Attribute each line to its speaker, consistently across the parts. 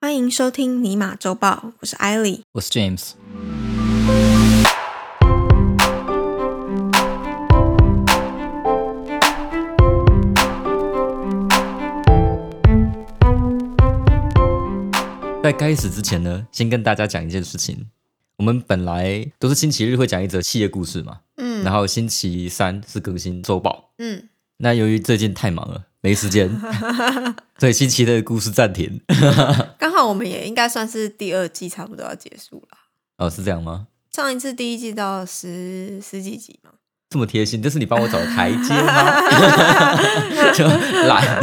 Speaker 1: 欢迎收听尼玛周报，我是艾莉。
Speaker 2: 我是 James。在开始之前呢，先跟大家讲一件事情。我们本来都是星期日会讲一则企业故事嘛，
Speaker 1: 嗯
Speaker 2: 然后星期三是更新周报。
Speaker 1: 嗯，
Speaker 2: 那由于最近太忙了，没时间，所以星期的故事暂停。
Speaker 1: 刚好我们也应该算是第二季差不多要结束了。
Speaker 2: 哦，是这样吗？
Speaker 1: 上一次第一季到十十几集嘛，
Speaker 2: 这么贴心，这是你帮我找的台 阶吗？就懒，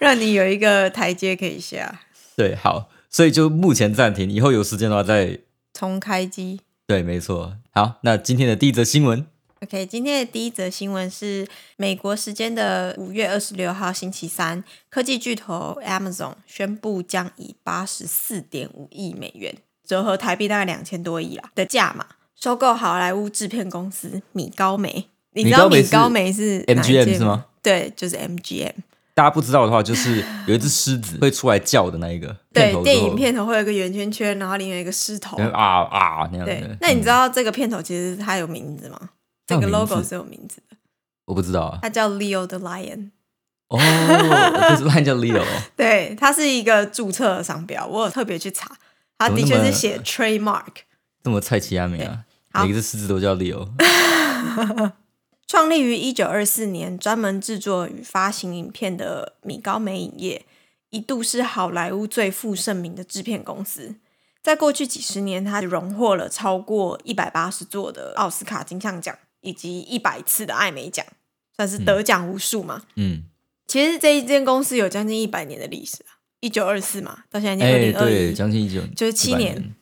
Speaker 1: 让你有一个台阶可以下，
Speaker 2: 对，好，所以就目前暂停，以后有时间的话再
Speaker 1: 重开机。
Speaker 2: 对，没错。好，那今天的第一则新闻，
Speaker 1: OK，今天的第一则新闻是美国时间的五月二十六号星期三，科技巨头 Amazon 宣布将以八十四点五亿美元（折合台币大概两千多亿啦）的价码收购好莱坞制片公司米高梅。你知道米
Speaker 2: 米
Speaker 1: 高
Speaker 2: 高
Speaker 1: 梅是
Speaker 2: MGM
Speaker 1: 哪一间
Speaker 2: 是吗？
Speaker 1: 对，就是 MGM。
Speaker 2: 大家不知道的话，就是有一只狮子会出来叫的那一个，
Speaker 1: 对
Speaker 2: 片，头之
Speaker 1: 电
Speaker 2: 后
Speaker 1: 影片头会有一个圆圈圈，然后里面有一个狮头。
Speaker 2: 然后啊啊那样
Speaker 1: 对
Speaker 2: 的。，
Speaker 1: 那你知
Speaker 2: 嗯、
Speaker 1: 道这个片头其实它有名字吗？这
Speaker 2: 它有
Speaker 1: 个
Speaker 2: 名
Speaker 1: logo
Speaker 2: 字
Speaker 1: 是有名字的，
Speaker 2: 我不 知道啊。
Speaker 1: 它叫 Leo the Lion。
Speaker 2: 哦，就是那叫 Leo，
Speaker 1: 对，它是一个注册的商标，我有特别去查，它的确是 写 trademark。
Speaker 2: 这么蔡奇亚美啊，
Speaker 1: 对好
Speaker 2: 每一只狮子都叫 Leo。
Speaker 1: 创立于一九二四年，专门制作与发行影片的米高梅影业，一度是好莱坞最负盛名的制片公司。在过去几十年，它荣获了超过一百八十座的奥斯卡金像奖，以及一百次的艾美奖，算是得奖无数嘛。
Speaker 2: 嗯，
Speaker 1: 其实这一间公司有将近一百年的历史啊，一九二四嘛，到现在
Speaker 2: 哎、
Speaker 1: 已经二零二
Speaker 2: 对，
Speaker 1: 一，
Speaker 2: 将近一九，
Speaker 1: 就是七
Speaker 2: 100
Speaker 1: 年。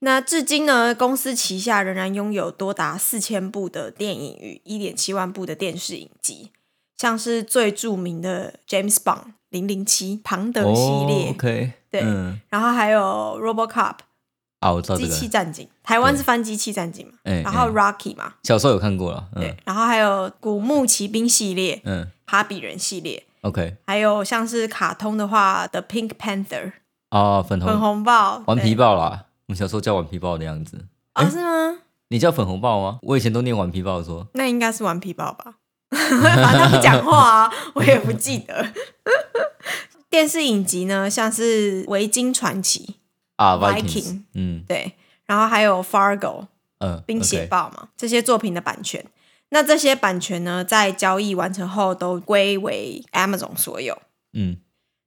Speaker 1: 那至今呢，公司旗下仍然拥有多达四千部的电影与一点七万部的电视影集，像是最著名的 James Bond 零零七庞德系列，
Speaker 2: 哦、，OK，
Speaker 1: 对
Speaker 2: 嗯，
Speaker 1: 然后还有 RoboCop
Speaker 2: 啊，我知道这
Speaker 1: 机器
Speaker 2: 个，
Speaker 1: 战警，台湾是翻机器战警嘛，
Speaker 2: 哎
Speaker 1: 然后
Speaker 2: 哎
Speaker 1: Rocky 嘛，
Speaker 2: 小时候有看过了，
Speaker 1: 对
Speaker 2: 嗯，
Speaker 1: 然后还有古墓奇兵系列、
Speaker 2: 嗯
Speaker 1: 哈比人系列，
Speaker 2: ，OK，
Speaker 1: 还有像是卡通的话的 Pink Panther
Speaker 2: 哦，粉
Speaker 1: 粉
Speaker 2: 红
Speaker 1: 红豹，
Speaker 2: 顽
Speaker 1: 对
Speaker 2: 皮豹哎啦，我们小时候叫顽皮豹的样子，
Speaker 1: 哦，是吗？
Speaker 2: 你叫粉红豹吗？我以前都念顽皮豹说，
Speaker 1: 那应该是顽皮豹吧？ 反正他不讲话啊，我也不记得。电视影集呢，像是《维京传奇
Speaker 2: 啊
Speaker 1: Viking
Speaker 2: ，Vikings，嗯》
Speaker 1: 对，然后还有《Fargo》
Speaker 2: 嗯，
Speaker 1: 冰血
Speaker 2: OK
Speaker 1: 豹嘛这些作品的版权。那这些版权呢，在交易完成后都归为 Amazon 所有。
Speaker 2: 嗯，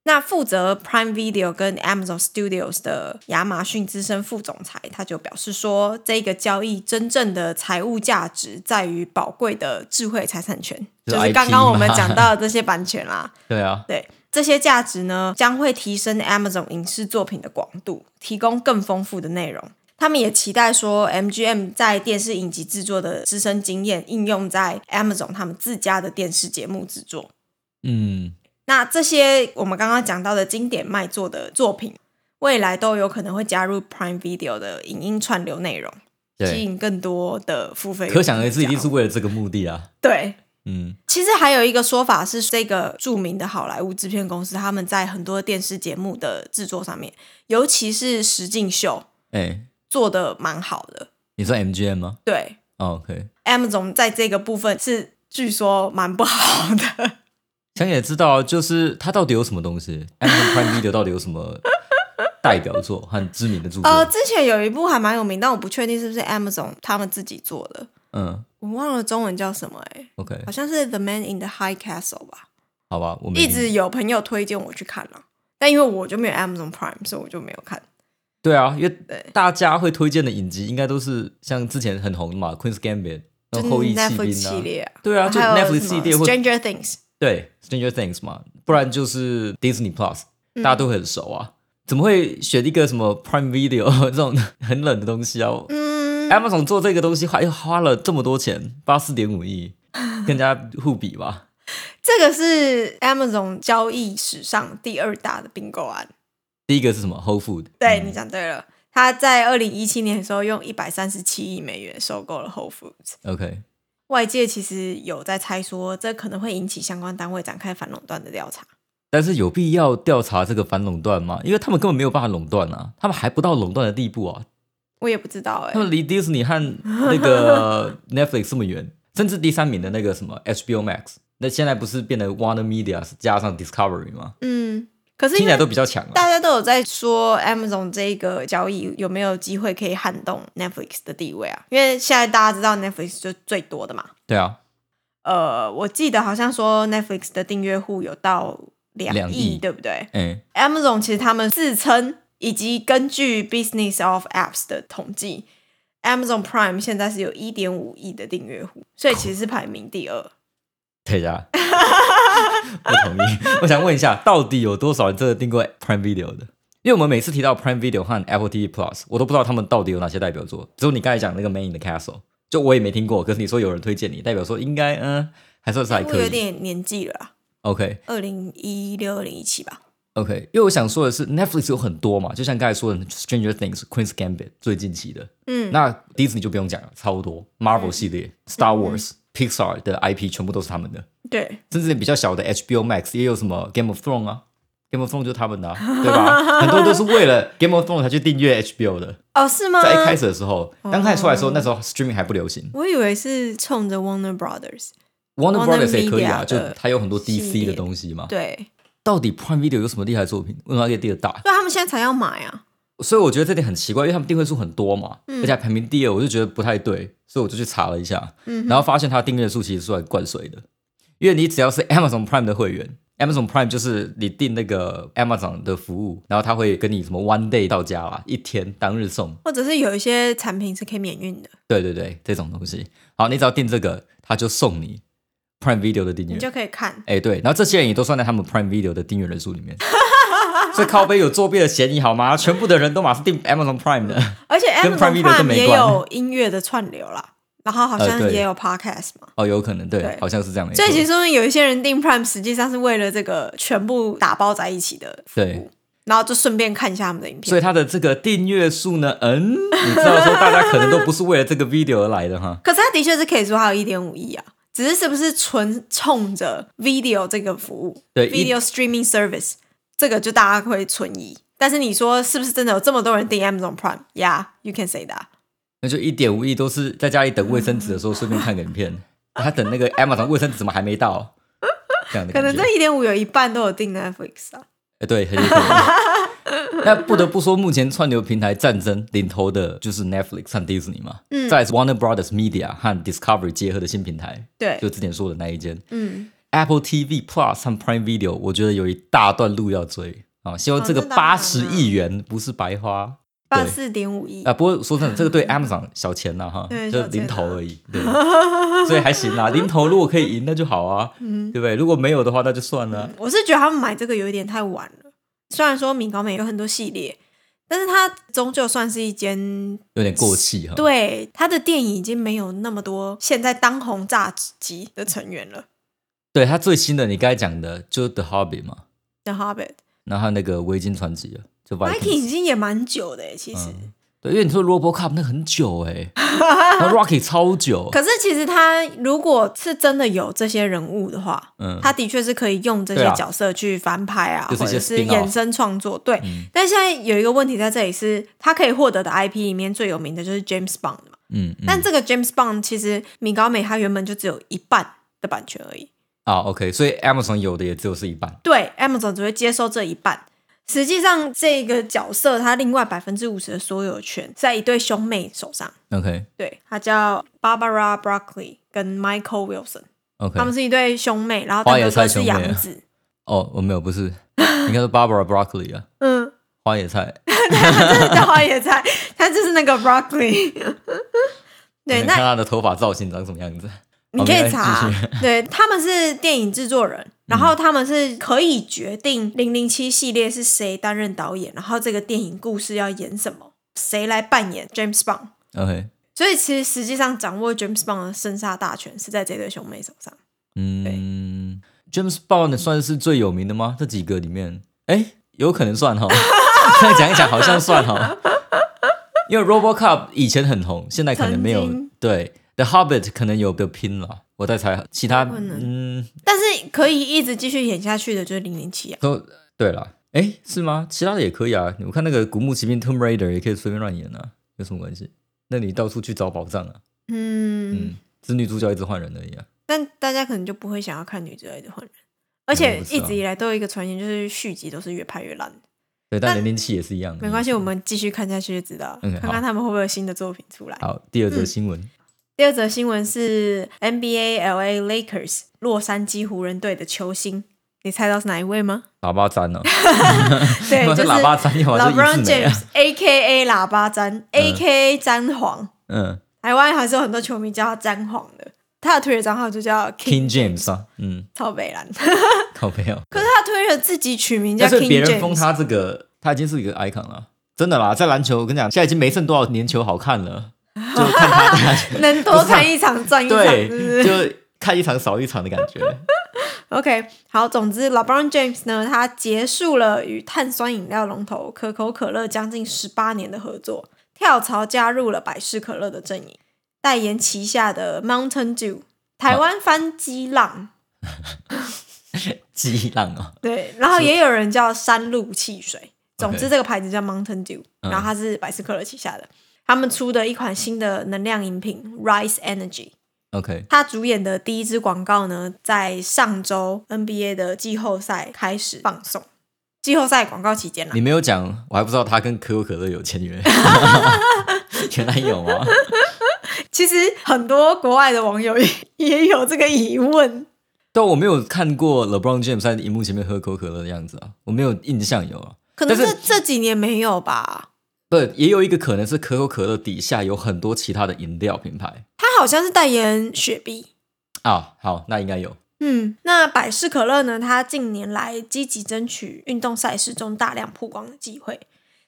Speaker 1: 那负责 Prime Video 跟 Amazon Studios 的亚马逊资深副总裁，他就表示说，这个交易真正的财务价值在于宝贵的智慧财产权，
Speaker 2: 就是
Speaker 1: 就是
Speaker 2: IP
Speaker 1: 刚刚我们
Speaker 2: 嘛
Speaker 1: 讲到的这些版权啦。
Speaker 2: 对 啊，
Speaker 1: 对，这些价值呢，将会提升 Amazon 影视作品的广度，提供更丰富的内容。他们也期待说，MGM 在电视影集制作的资深经验应用在 Amazon 他们自家的电视节目制作。
Speaker 2: 嗯，
Speaker 1: 那这些我们刚刚讲到的经典卖座的作品，未来都有可能会加入 Prime Video 的影音串流内容，吸
Speaker 2: 对，
Speaker 1: 引更多的付费用户加入。
Speaker 2: 可想而知，一定是为了这个目的啊，
Speaker 1: 对。
Speaker 2: 嗯，
Speaker 1: 其实还有一个说法是，这个著名的好莱坞制片公司，他们在很多电视节目的制作上面，尤其是实境秀，
Speaker 2: 哎，
Speaker 1: 做的蛮好的。
Speaker 2: 你说 MGM 吗
Speaker 1: 对
Speaker 2: 哦？OK，
Speaker 1: ，Amazon 在这个部分是据说蛮不好 的。
Speaker 2: 想也知道，就是它到底有什么东西？Amazon Prime Video 到底有什么代表作 和知名的著
Speaker 1: 呃，
Speaker 2: 作？
Speaker 1: 之前有一部还蛮有名，但我不确定是不是 Amazon 他们自己做的，
Speaker 2: 嗯
Speaker 1: 我忘了中文叫什么哎、
Speaker 2: ，OK，
Speaker 1: 好像是《The Man in the High Castle》吧，
Speaker 2: 好吧，我们
Speaker 1: 一直有朋友推荐我去看了，但因为我就没有 Amazon Prime，所以我就没有看。
Speaker 2: 对啊，因为
Speaker 1: 对
Speaker 2: 大家会推荐的影集，应该都是像之前很红的嘛，《Queen's Gambit》那
Speaker 1: 就
Speaker 2: 种
Speaker 1: 是
Speaker 2: 后裔
Speaker 1: Netflix
Speaker 2: 弃
Speaker 1: 系
Speaker 2: 兵啊，
Speaker 1: 列、啊，
Speaker 2: 对啊，就
Speaker 1: 还有
Speaker 2: Netflix
Speaker 1: 什
Speaker 2: 系
Speaker 1: 么
Speaker 2: 列或
Speaker 1: Stranger Things，
Speaker 2: 对《Stranger Things》嘛，不然就是 Disney Plus，大
Speaker 1: 嗯
Speaker 2: 家都会很熟啊。怎么会选一个什么 Prime Video 这种很冷的东西啊、
Speaker 1: 嗯，
Speaker 2: a m a z o n 做这个东西花又哎花了这么多钱，八四点五亿，更加互比吧。
Speaker 1: 这个是 Amazon 交易史上第二大的并购案。
Speaker 2: 第一个是什么？Whole Food，
Speaker 1: 对、你讲对了，他在二零一七年的时候用一百三十七亿美元收购了 Whole Foods。
Speaker 2: 嗯，OK，
Speaker 1: 外界其实有在猜说，这可能会引起相关单位展开反垄断的调查。
Speaker 2: 但是有必要调查这个反垄断吗？因为他们根本没有办法垄断啊，他们还不到垄断的地步啊，
Speaker 1: 我也不知道哎、
Speaker 2: 他们离迪士尼和那 个 Netflix 这么远，甚至第三名的那个什么 HBO Max，那现在不是变得 Warner Media 加上 Discovery 吗？
Speaker 1: 嗯，可是
Speaker 2: 听
Speaker 1: 因
Speaker 2: 起来
Speaker 1: 为
Speaker 2: 都比较强啊。
Speaker 1: 大家都有在说 Amazon 这个交易有没有机会可以撼动 Netflix 的地位啊？因为现在大家知道 Netflix 就最多的嘛。
Speaker 2: 对啊，
Speaker 1: 呃，我记得好像说 Netflix 的订阅户有到两
Speaker 2: 两
Speaker 1: 亿，
Speaker 2: 亿
Speaker 1: 对不对
Speaker 2: 哎，
Speaker 1: ？Amazon 其实他们自称，以及根据 Business of Apps 的统计，Amazon Prime 现在是有一点五亿的订阅户，所以其实是排名第二。
Speaker 2: 等一下， 不同意。我想问一下，到底有多少人真的订过 Prime Video 的？因为我们每次提到 Prime Video 和 Apple TV Plus，我都不知道他们到底有哪些代表作。只有你刚才讲那个《Man in the Castle》，就我也没听过。可是你说有人推荐你，代表说应该嗯，还算是还
Speaker 1: 哎我
Speaker 2: 可
Speaker 1: 有
Speaker 2: 以。
Speaker 1: 点年纪了啊，
Speaker 2: OK
Speaker 1: 二零一六、二零一七吧。
Speaker 2: OK，因为我想说的是，Netflix 有很多嘛，就像刚才说的《Stranger Things》、《Queen's Gambit》最近期的，
Speaker 1: 嗯，
Speaker 2: 那 Disney 就不用讲了，超多 Marvel 系列、Star
Speaker 1: 嗯
Speaker 2: Wars、Pixar 的 IP 全部都是他们的。
Speaker 1: 对，
Speaker 2: 甚至比较小的 HBO Max 也有什么 Game of Thrones 啊，Game of Thrones 就是他们的、啊， 对吧？很多都是为了 Game of Thrones 才去订阅 HBO 的。
Speaker 1: 哦，是吗？
Speaker 2: 在一开始的 时候，
Speaker 1: 哦
Speaker 2: 刚开始出来的时候，那时候 streaming 还不流行
Speaker 1: 我以为是冲着 Warner Brothers，
Speaker 2: ，Warner
Speaker 1: Warner
Speaker 2: Brothers 也可以
Speaker 1: Media
Speaker 2: 啊，就
Speaker 1: 的
Speaker 2: 它有很多
Speaker 1: 系
Speaker 2: DC
Speaker 1: 列
Speaker 2: 的东西嘛。
Speaker 1: 对，
Speaker 2: 到底 Prime Video 有什么厉害的作品？为什么它可以订得大？
Speaker 1: 所以他们现在才要买啊。
Speaker 2: 所以我觉得这点很奇怪，因为他们订阅数很多嘛，
Speaker 1: 嗯
Speaker 2: 而且还排名第二，我就觉得不太对，所以我就去查了一下，
Speaker 1: 嗯
Speaker 2: 然后发现它的订阅数其实是来灌水的，因为你只要是 Amazon Prime 的会员，Amazon Prime 就是你订那个 Amazon 的服务，然后他会跟你什么 one day 到家啦，一天当日送，
Speaker 1: 或者是有一些产品是可以免运的，
Speaker 2: 对对对，这种东西。好，你只要订这个，他就送你 Prime Video 的订阅
Speaker 1: 你。就可以看。
Speaker 2: 哎，对，然后这些人也都算在他们 Prime Video 的订阅人数里面，所以靠背有作弊的嫌疑好吗？全部的人都马是订 Amazon Prime 的。
Speaker 1: 而且
Speaker 2: 跟
Speaker 1: Amazon
Speaker 2: Prime Video 都
Speaker 1: Prime
Speaker 2: 没
Speaker 1: 也
Speaker 2: 关
Speaker 1: 有音乐的串流啦，然后好
Speaker 2: 呃
Speaker 1: 像
Speaker 2: 对
Speaker 1: 也有 Podcast 嘛。
Speaker 2: 哦，有可能对，
Speaker 1: 对
Speaker 2: 好像是这样的。
Speaker 1: 所以其
Speaker 2: 实
Speaker 1: 实说明有一些人订 Prime 实际上是为了这个全部打包在一起的服
Speaker 2: 对
Speaker 1: 务，然后就顺便看一下他们的影
Speaker 2: 所
Speaker 1: 片。
Speaker 2: 以它的这个订阅数呢，嗯，你知道说大家可能都不是为了这个 video 而来的哈。
Speaker 1: 可是他的确是可以说他有一点五亿啊，只是是不是纯冲着 video 这个服务
Speaker 2: 对一
Speaker 1: ，video streaming service 这个就大家会存疑。但是你说是不是真的有这么多人订 Amazon Prime？Yeah，you can say that。
Speaker 2: 那就一点五亿都是在家里等卫生纸的时候顺便看个影片，他等那个 Amazon 卫生纸怎么还没到？这样
Speaker 1: 可
Speaker 2: 的感觉
Speaker 1: 能这一点五有一半都有订 Netflix 啊。
Speaker 2: 呃对，很有可能。那不得不说，目前串流平台战争领头的就是 Netflix 和 Disney 嘛，嗯，再来是 Warner Brothers Media 和 Discovery 结合的新平台，
Speaker 1: 对，
Speaker 2: 就之前说的那一间，
Speaker 1: 嗯，
Speaker 2: Apple TV Plus 和 Prime Video，我觉得有一大段路要追啊！希望这个
Speaker 1: 哦那当然
Speaker 2: 八
Speaker 1: 啊
Speaker 2: 十亿元不是白花
Speaker 1: 八四点五亿嗯
Speaker 2: 啊！。不过说真的，这 个对 Amazon 小钱呐、哈，
Speaker 1: 对
Speaker 2: 就
Speaker 1: 小钱啊
Speaker 2: 零头而已，对，所以还行啦。零头如果可以赢，那就好啊，
Speaker 1: 嗯
Speaker 2: 对不对？如果没有的话，那就算了。
Speaker 1: 我是觉得他们买这个有一点太晚了。虽然说米高美有很多系列，但是它终究算是一间
Speaker 2: 有点过气哈。
Speaker 1: 对它的电影已经没有那么多现在当红炸子鸡的成员了。
Speaker 2: 对，他最新的你刚才讲的就是 The Hobbit 嘛，
Speaker 1: The Hobbit
Speaker 2: 然后还有那个《维京传奇》啊，就
Speaker 1: Viking
Speaker 2: Vikings。嗯
Speaker 1: 已经也蛮久的耶，其实。
Speaker 2: 对，因为你说 RoboCop 那个很久哎、 欸，然后 Rocky 超久，
Speaker 1: 可是其实他如果是真的有这些人物的话，
Speaker 2: 嗯
Speaker 1: 他的确是可以用这些
Speaker 2: 对啊
Speaker 1: 角色去翻拍啊，
Speaker 2: 就是
Speaker 1: 或
Speaker 2: 一些
Speaker 1: 者是
Speaker 2: spin-off 嗯
Speaker 1: 衍生创作。对，但现在有一个问题在这里是，他可以获得的 IP 里面最有名的就是 James Bond 嘛。
Speaker 2: 嗯嗯
Speaker 1: 但这个 James Bond 其实米高美它原本就只有一半的版权而已，
Speaker 2: 啊，OK，所以 Amazon 有的也只有是一半。
Speaker 1: 对，Amazon 只会接收这一半。实际上，这个角色他另外百分之五十的所有权在一对兄妹手上，
Speaker 2: OK
Speaker 1: 对，他叫 Barbara Broccoli 跟 Michael Wilson，
Speaker 2: OK，
Speaker 1: 他们是一对兄妹，然后
Speaker 2: 花
Speaker 1: 他
Speaker 2: 野
Speaker 1: 们
Speaker 2: 菜
Speaker 1: 都是
Speaker 2: 兄妹啊
Speaker 1: 养子，
Speaker 2: 哦，我没有，不是，应该是 Barbara Broccoli 啊，
Speaker 1: 嗯，
Speaker 2: 花野菜。
Speaker 1: 真的叫花野菜，他就是那个 Broccoli。对，
Speaker 2: 你
Speaker 1: 那
Speaker 2: 看她的头发造型长什么样子？
Speaker 1: 你可
Speaker 2: 好
Speaker 1: 以
Speaker 2: 没
Speaker 1: 查
Speaker 2: 关系继续，嗯
Speaker 1: 对他们是电影制作人，然后他们是可以决定《零零七》系列是谁担任导演，然后这个电影故事要演什么，谁来扮演 James Bond。
Speaker 2: OK，
Speaker 1: 所以其实实际上掌握 James Bond 的生杀大权是在这对兄妹手上。
Speaker 2: 嗯，James Bond 算是最有名的吗？这几个里面，哎，有可能算哈。这样讲一讲，好像算哈。因为 RoboCop 以前很红，现在可能没有
Speaker 1: 曾经。
Speaker 2: 对，The Hobbit 可能有个拼了。我在猜其他
Speaker 1: 可能
Speaker 2: 嗯
Speaker 1: 但是可以一直继续演下去的就是零零七啊，
Speaker 2: 都对了，哎是吗？其他的也可以啊，我看那个古墓奇兵 Tomb Raider 也可以随便乱演啊，有什么关系？那你到处去找宝藏啊，
Speaker 1: 嗯，
Speaker 2: 嗯，只是女主角一直换人而已啊，
Speaker 1: 但大家可能就不会想要看女之类的换人，而且
Speaker 2: 嗯我知
Speaker 1: 一
Speaker 2: 道
Speaker 1: 直以来都有一个传言，就是续集都是越拍越烂。
Speaker 2: 对，但零零七嗯也是一样的，
Speaker 1: 没关系，我们继续看下去就知道，
Speaker 2: 嗯
Speaker 1: 看看他们会不会有新的作品出来。
Speaker 2: 好，第二则新闻，
Speaker 1: 嗯第二则新闻是 NBA LA Lakers 洛杉矶湖人队的球星，你猜到是哪一位吗？
Speaker 2: 喇叭粘哦，
Speaker 1: 对，
Speaker 2: 不
Speaker 1: 就是是
Speaker 2: 喇叭粘，要么
Speaker 1: LeBron
Speaker 2: 是一字眉啊
Speaker 1: James A K A 喇叭詹 A K A 詹皇，
Speaker 2: 嗯
Speaker 1: 台湾还是有很多球迷叫他詹皇的。他的推特账号就叫 King
Speaker 2: ，King James 啊，嗯，
Speaker 1: 超北兰，可
Speaker 2: 靠没有，
Speaker 1: 是他推特自己取名叫
Speaker 2: 但是
Speaker 1: King
Speaker 2: 别人封
Speaker 1: James，
Speaker 2: 他这个，他已经是一个 icon 了，真的啦，在篮球，我跟你讲，现在已经没剩多少年球好看了，就 看他打球
Speaker 1: 能多看一场赚一场，是不是
Speaker 2: 啊对，？就看一场少一场的感觉。
Speaker 1: OK，好，总之，LeBron James 呢，他结束了与碳酸饮料龙头可口可乐将近十八年的合作，跳槽加入了百事可乐的阵营，代言旗下的 Mountain Dew，台湾翻激浪，
Speaker 2: 激浪哦，
Speaker 1: 对，然后也有人叫山路汽水。总之，
Speaker 2: OK
Speaker 1: 这个牌子叫 Mountain Dew，、然后它是百事可乐旗下的，他们出的一款新的能量饮品 Rise Energy。
Speaker 2: OK，
Speaker 1: 他主演的第一支广告呢，在上周 NBA 的季后赛开始放送。季后赛广告期间啦
Speaker 2: 你，没有讲，我还不知道他跟可口可乐有签约，原来有啊。
Speaker 1: 其实很多国外的网友也也有这个疑问。
Speaker 2: 但我没有看过 LeBron James 在荧幕前面喝可口可乐的样子啊，我没有印象有啊。
Speaker 1: 可能
Speaker 2: 但
Speaker 1: 这
Speaker 2: 是
Speaker 1: 这几年没有吧？
Speaker 2: 不，也有一个可能是可口可乐底下有很多其他的饮料品牌
Speaker 1: 他好像是代言雪碧。
Speaker 2: 啊。好，那应该有。
Speaker 1: 嗯，那百事可乐呢？它近年来积极争取运动赛事中大量曝光的机会，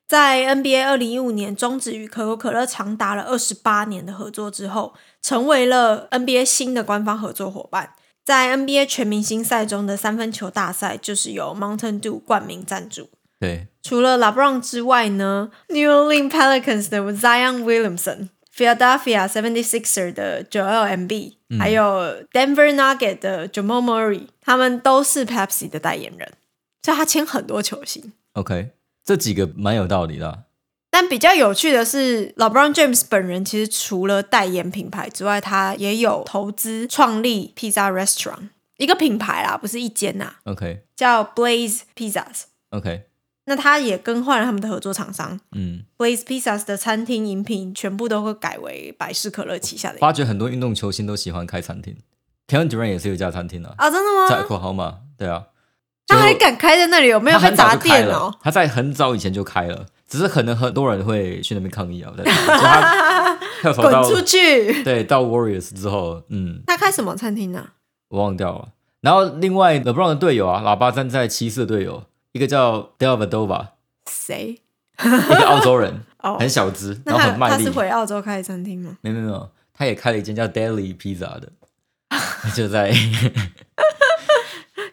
Speaker 1: 在 NBA 二零一五年终止与可口可乐长达了二十八年的合作之后，成为了 NBA 新的官方合作伙伴。在 NBA 全明星赛中的三分球大赛，就是由 Mountain Dew 冠名赞助。
Speaker 2: 对，
Speaker 1: 除了 LeBron 之外呢，New Orleans Pelicans 的 Zion Williamson、Philadelphia 76er 的 Joel Embiid，、还有 Denver Nugget 的 Jamal Murray，他们都是 Pepsi 的代言人，所以他签很多球星。
Speaker 2: OK，这几个蛮有道理的啊、
Speaker 1: 但比较有趣的是，LeBron James 本人其实除了代言品牌之外，他也有投资创立 Pizza Restaurant 一个品牌啦，不是一间呐，
Speaker 2: OK
Speaker 1: 叫 Blaze Pizzas。
Speaker 2: OK，
Speaker 1: 那他也更换了他们的合作厂商，
Speaker 2: 嗯，
Speaker 1: Blaze Pizzas 的餐厅饮品全部都会改为百事可乐旗下的饮
Speaker 2: 发觉很多运动球星都喜欢开餐厅，Kevin Durant 也是有一家餐厅啊，
Speaker 1: 啊，真
Speaker 2: 在
Speaker 1: 的吗？
Speaker 2: Oklahoma，对啊，
Speaker 1: 他还敢开在那里，有没有
Speaker 2: 他
Speaker 1: 被
Speaker 2: 很早
Speaker 1: 砸
Speaker 2: 就开
Speaker 1: 店
Speaker 2: 了
Speaker 1: 哦？，
Speaker 2: 他在很早以前就开了，只是可能很多人会去那边抗议啊，对，就 他跳槽
Speaker 1: 滚
Speaker 2: 到
Speaker 1: 出去！
Speaker 2: 对到 Warriors 之后，嗯，
Speaker 1: 他开什么餐厅呢、
Speaker 2: 我忘掉了。然后另外 LeBron 的队友啊，喇叭站在骑士的队友，一个叫 Del Vadova，
Speaker 1: 谁？
Speaker 2: 一个澳洲人，
Speaker 1: 哦
Speaker 2: 很小只，然
Speaker 1: 那
Speaker 2: 后
Speaker 1: 他
Speaker 2: 很卖
Speaker 1: 他
Speaker 2: 力
Speaker 1: 是，回澳洲开的餐厅吗？
Speaker 2: 没有没有没有，他也开了一间叫 Daily Pizza 的，就在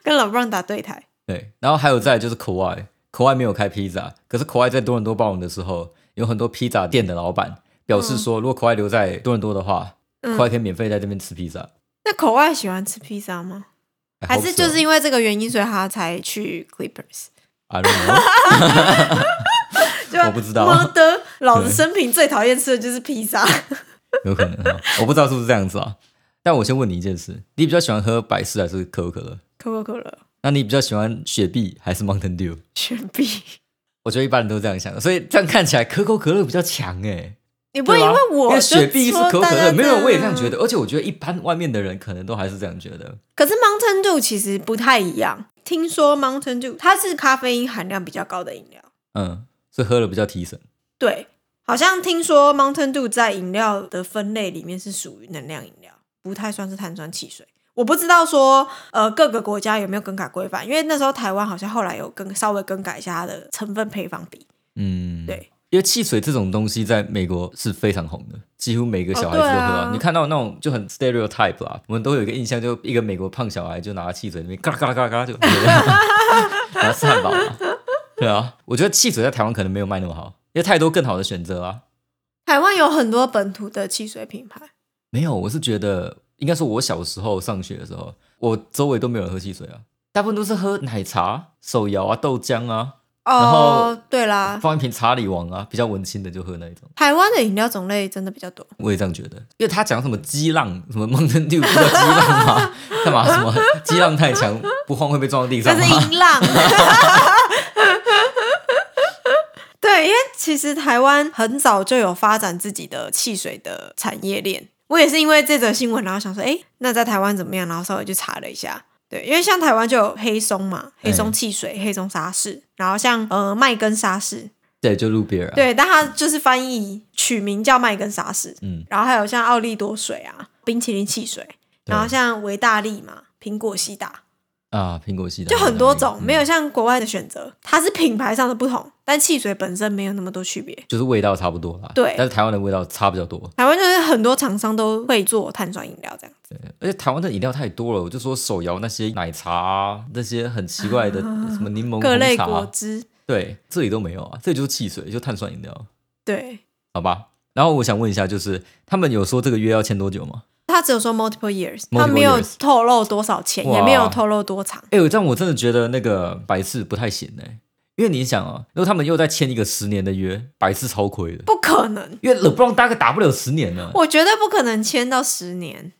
Speaker 1: 跟老 e 打对台，
Speaker 2: 对，然后还有再来就是 Kawhi，Kawhi 没有开 pizza，可是 Kawhi 在多伦多爆红的时候，有很多 pizza 店的老板表示说，如果 Kawhi 留在多伦多的话、
Speaker 1: 嗯
Speaker 2: k a w h i 可以免费在这边吃 pizza，
Speaker 1: 那口外喜欢吃披萨吗？
Speaker 2: I
Speaker 1: 还是
Speaker 2: hope
Speaker 1: 就
Speaker 2: so
Speaker 1: 是因为这个原因，所以他才去 Clippers？
Speaker 2: I don't know，
Speaker 1: 就
Speaker 2: 我不知道
Speaker 1: 妈 的，老子
Speaker 2: 对
Speaker 1: 生平最讨厌吃的就是披萨。
Speaker 2: 有可能啊，我不知道是不是这样子啊。但我先问你一件事，你比较喜欢喝百事还是可口可乐？
Speaker 1: 可口可乐、
Speaker 2: 那你比较喜欢雪碧还是 Mountain Dew？
Speaker 1: 雪碧，
Speaker 2: 我觉得一般人都这样想的，所以这样看起来可口可乐比较强哎、
Speaker 1: 你不
Speaker 2: 对
Speaker 1: 会
Speaker 2: 吧
Speaker 1: 因为我
Speaker 2: 因
Speaker 1: 就
Speaker 2: 为雪碧是
Speaker 1: 说
Speaker 2: 可口
Speaker 1: 大
Speaker 2: 可
Speaker 1: 家
Speaker 2: 乐，没有我也这
Speaker 1: 样
Speaker 2: 样
Speaker 1: 啊
Speaker 2: 觉得，而且我觉得一般外面的人可能都还是这样觉得。
Speaker 1: 可是 Mountain Dew 其实不太一样。听说 Mountain Dew 它是咖啡因含量比较高的饮料，
Speaker 2: 嗯，所以喝了比较提神。
Speaker 1: 对，好像听说 Mountain Dew 在饮料的分类里面是属于能量饮料，不太算是碳酸汽水。我不知道说呃各个国家有没有更改规范，因为那时候台湾好像后来有更稍微更改一下它的成分配方比。
Speaker 2: 嗯，
Speaker 1: 对，
Speaker 2: 因为汽水这种东西在美国是非常红的，几乎每个小孩
Speaker 1: 哦
Speaker 2: 子都喝
Speaker 1: 对啊
Speaker 2: 啊。你看到那种就很 stereotype 啦，我们都有一个印象，就一个美国胖小孩就拿汽水那边嘎啦嘎啦嘎啦嘎啦就， 然后吃汉堡嘛。对啊，我觉得汽水在台湾可能没有卖那么好，因为太多更好的选择啊。
Speaker 1: 台湾有很多本土的汽水品牌，
Speaker 2: 没有，我是觉得应该说我小时候上学的时候，我周围都没有人喝汽水啊，大部分都是喝奶茶、手摇啊、豆浆啊，然后
Speaker 1: 哦，对啦，
Speaker 2: 放一瓶查理王啊，比较文青的就喝那一种。
Speaker 1: 台湾的饮料种类真的比较多。
Speaker 2: 我也这样觉得，因为他讲什么激浪，什么 Mountain Dew 不叫激浪吗？干嘛 什么激浪太强，不晃会被撞到地
Speaker 1: 这
Speaker 2: 上
Speaker 1: 是
Speaker 2: 吗？
Speaker 1: 音浪。 对，因为其实台湾很早就有发展自己的汽水的产业链。我也是因为这则新闻，然后想说，哎，那在台湾怎么样？然后稍微去查了一下。对，因为像台湾就有黑松嘛，黑松汽水、黑松沙士，然后像呃麦根沙士，
Speaker 2: 对，就路边啊。，
Speaker 1: 对，但它就是翻译取名叫麦根沙士，
Speaker 2: 嗯，
Speaker 1: 然后还有像奥利多水啊、冰淇淋汽水，
Speaker 2: 对
Speaker 1: 然后像维大利嘛、苹果西打，
Speaker 2: 啊，苹果系的嗯
Speaker 1: 就很多种，没
Speaker 2: 有，
Speaker 1: 有像国外的选择，它是品牌上的不同，但汽水本身没有那么多区别。
Speaker 2: 就是味道差不多啦。
Speaker 1: 对
Speaker 2: 但是台湾的味道差比较多。
Speaker 1: 台湾就是很多厂商都会做碳酸饮料这样子，
Speaker 2: 而且台湾的饮料太多了，我就说手摇那些奶茶、啊，那些很奇怪 的什么柠檬
Speaker 1: 各类
Speaker 2: 红茶
Speaker 1: 果
Speaker 2: 啊，
Speaker 1: 汁，
Speaker 2: 对，这里都没有啊，这里就是汽水，就碳酸饮料，
Speaker 1: 对，
Speaker 2: 好吧？然后我想问一下，就是他们有说这个约要签多久吗？
Speaker 1: 它只有说 multiple years，它
Speaker 2: Multiple
Speaker 1: 没有
Speaker 2: years
Speaker 1: 透露多少钱，也
Speaker 2: 哇
Speaker 1: 没有透露多长。
Speaker 2: 哎、我这样我真的觉得那个白痴不太行哎、因为你想啊，如果他们又再签一个十年的约，白痴超亏的，
Speaker 1: 不可能，
Speaker 2: 因为 LeBron 大概打不了十年呢。
Speaker 1: 我觉得不可能签到十年。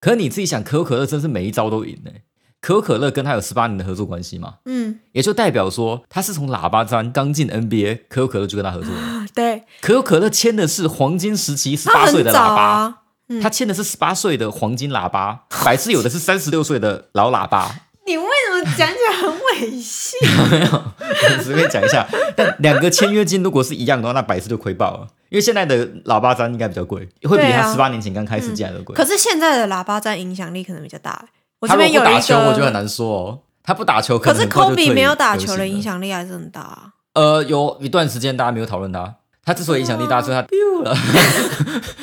Speaker 2: 可是你自己想，可口可乐真是每一招都赢哎、可口可乐跟他有十八年的合作关系嘛，
Speaker 1: 嗯，
Speaker 2: 也就代表说他是从喇叭山刚进 NBA，可口可乐就跟他合作了。
Speaker 1: 啊对，
Speaker 2: 可口可乐签的是黄金时期十
Speaker 1: 它
Speaker 2: 八
Speaker 1: 很
Speaker 2: 岁的
Speaker 1: 早
Speaker 2: 喇叭，
Speaker 1: 啊，嗯
Speaker 2: 他签的是十八岁的黄金喇叭，百事有的是三十六岁的老喇叭。
Speaker 1: 你为什么讲起来很猥亵？
Speaker 2: 没有， 随便讲一下。但两个签约金如果是一样的话，那百事就亏爆了。因为现在的喇叭章应该比较贵，会比
Speaker 1: 对
Speaker 2: 他
Speaker 1: 啊
Speaker 2: 十八年前刚开始进来的贵。
Speaker 1: 可是现在的喇叭站影响力可能比较大、欸我
Speaker 2: 他
Speaker 1: 这
Speaker 2: 如
Speaker 1: 边
Speaker 2: 果
Speaker 1: 有
Speaker 2: 不
Speaker 1: 一个，
Speaker 2: 打球，我就很难说哦。他不打球
Speaker 1: 可
Speaker 2: 能
Speaker 1: 是
Speaker 2: 很快就
Speaker 1: 科比
Speaker 2: 退
Speaker 1: 没有打球
Speaker 2: 流
Speaker 1: 的
Speaker 2: 行
Speaker 1: 影响力还是很大、啊。
Speaker 2: 了。呃，有一段时间大家没有讨论他，他之所以影响力
Speaker 1: 啊
Speaker 2: 大，是因为他丢了，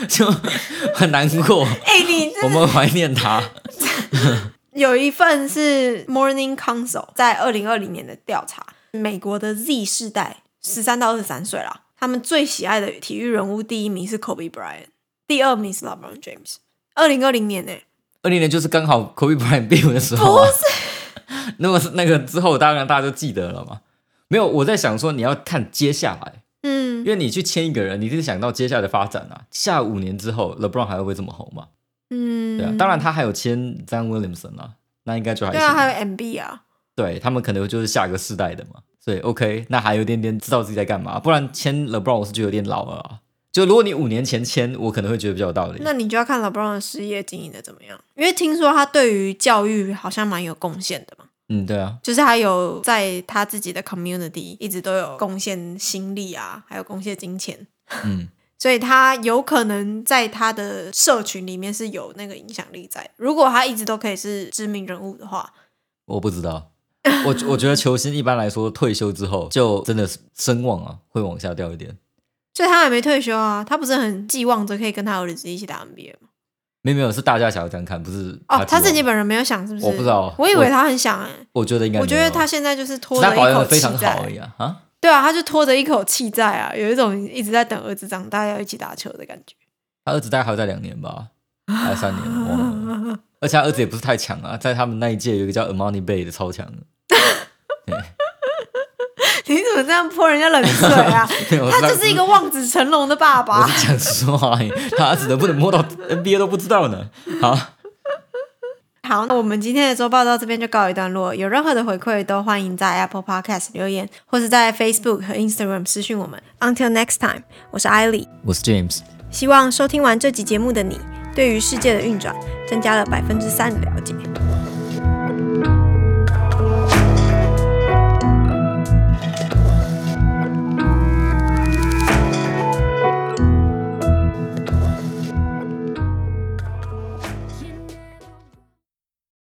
Speaker 2: 就很难 过。
Speaker 1: 哎、你这
Speaker 2: 我们怀念他。
Speaker 1: 有一份是 Morning Consult 在二零二零年的调查，美国的 Z 世代十三到二十三岁啦，他们最喜爱的体育人物第一名是 Kobe Bryant，第二名是 LeBron James。二零二零年呢、
Speaker 2: 二零年就是刚好 Kobe Bryant 病的时候、啊，那么是那个之后，当然大家就记得了嘛。没有，我在想说你要看接下来，
Speaker 1: 嗯
Speaker 2: 因为你去签一个人，你就是想到接下来的发展啊。下五年之后，LeBron 还会不会这么红嘛？
Speaker 1: 嗯，
Speaker 2: 对啊，当然他还有签 Zion Williamson 啊，那应该就还
Speaker 1: 对
Speaker 2: 行。
Speaker 1: 啊，还有 MB 啊，
Speaker 2: 对他们可能就是下个世代的嘛，所以 OK，那还有一点点知道自己在干嘛。不然签 LeBron 我是觉得有点老了啊。就如果你五年前签，我可能会觉得比较有道理。
Speaker 1: 那你就要看 LeBron 的事业经营的怎么样，因为听说他对于教育好像蛮有贡献的嘛，
Speaker 2: 嗯，对啊，
Speaker 1: 就是他有在他自己的 community 一直都有贡献心力啊，还有贡献金钱。
Speaker 2: 嗯，
Speaker 1: 所以他有可能在他的社群里面是有那个影响力在。如果他一直都可以是知名人物的话，
Speaker 2: 我不知道。我我觉得球星一般来说退休之后就真的是声望啊会往下掉一点。
Speaker 1: 所以他还没退休啊，他不是很寄望着可以跟他儿子一起打 NBA 吗？
Speaker 2: 没有没有，是大家想要这样看，不是
Speaker 1: 哦，他
Speaker 2: 自
Speaker 1: 自
Speaker 2: 己
Speaker 1: 己本人没有想是不是？
Speaker 2: 我不知道
Speaker 1: 我以为他很想哎、
Speaker 2: 我觉得应该没
Speaker 1: 我
Speaker 2: 有，
Speaker 1: 觉得他现在就是
Speaker 2: 只
Speaker 1: 拖
Speaker 2: 是他
Speaker 1: 着
Speaker 2: 保
Speaker 1: 一
Speaker 2: 养
Speaker 1: 口
Speaker 2: 的非
Speaker 1: 气
Speaker 2: 常好而
Speaker 1: 在，
Speaker 2: 已啊啊！
Speaker 1: 对啊，他就拖着一口气在啊，有一种一直在等儿子长大要一起打球的感觉。
Speaker 2: 他儿子大概还要再两年吧，还有三年，我忘了。而且他儿子也不是太强啊，在他们那一届有一个叫 Amani Bay 的超强的，
Speaker 1: 你怎么这样泼人家冷水啊？ 他就是一个望子成龙的爸
Speaker 2: 我
Speaker 1: 爸。
Speaker 2: 是讲实话而已，他儿子能不能摸到 NBA 都不知道呢。好，
Speaker 1: 好，那我们今天的周报到这边就告一段落。有任何的回馈，都欢迎在 Apple Podcast 留言，或是在 Facebook 和 Instagram 私讯我们。Until next time，我是艾莉。
Speaker 2: 我是 James，
Speaker 1: 希望收听完这集节目的你，对于世界的运转增加了百分之三的了解。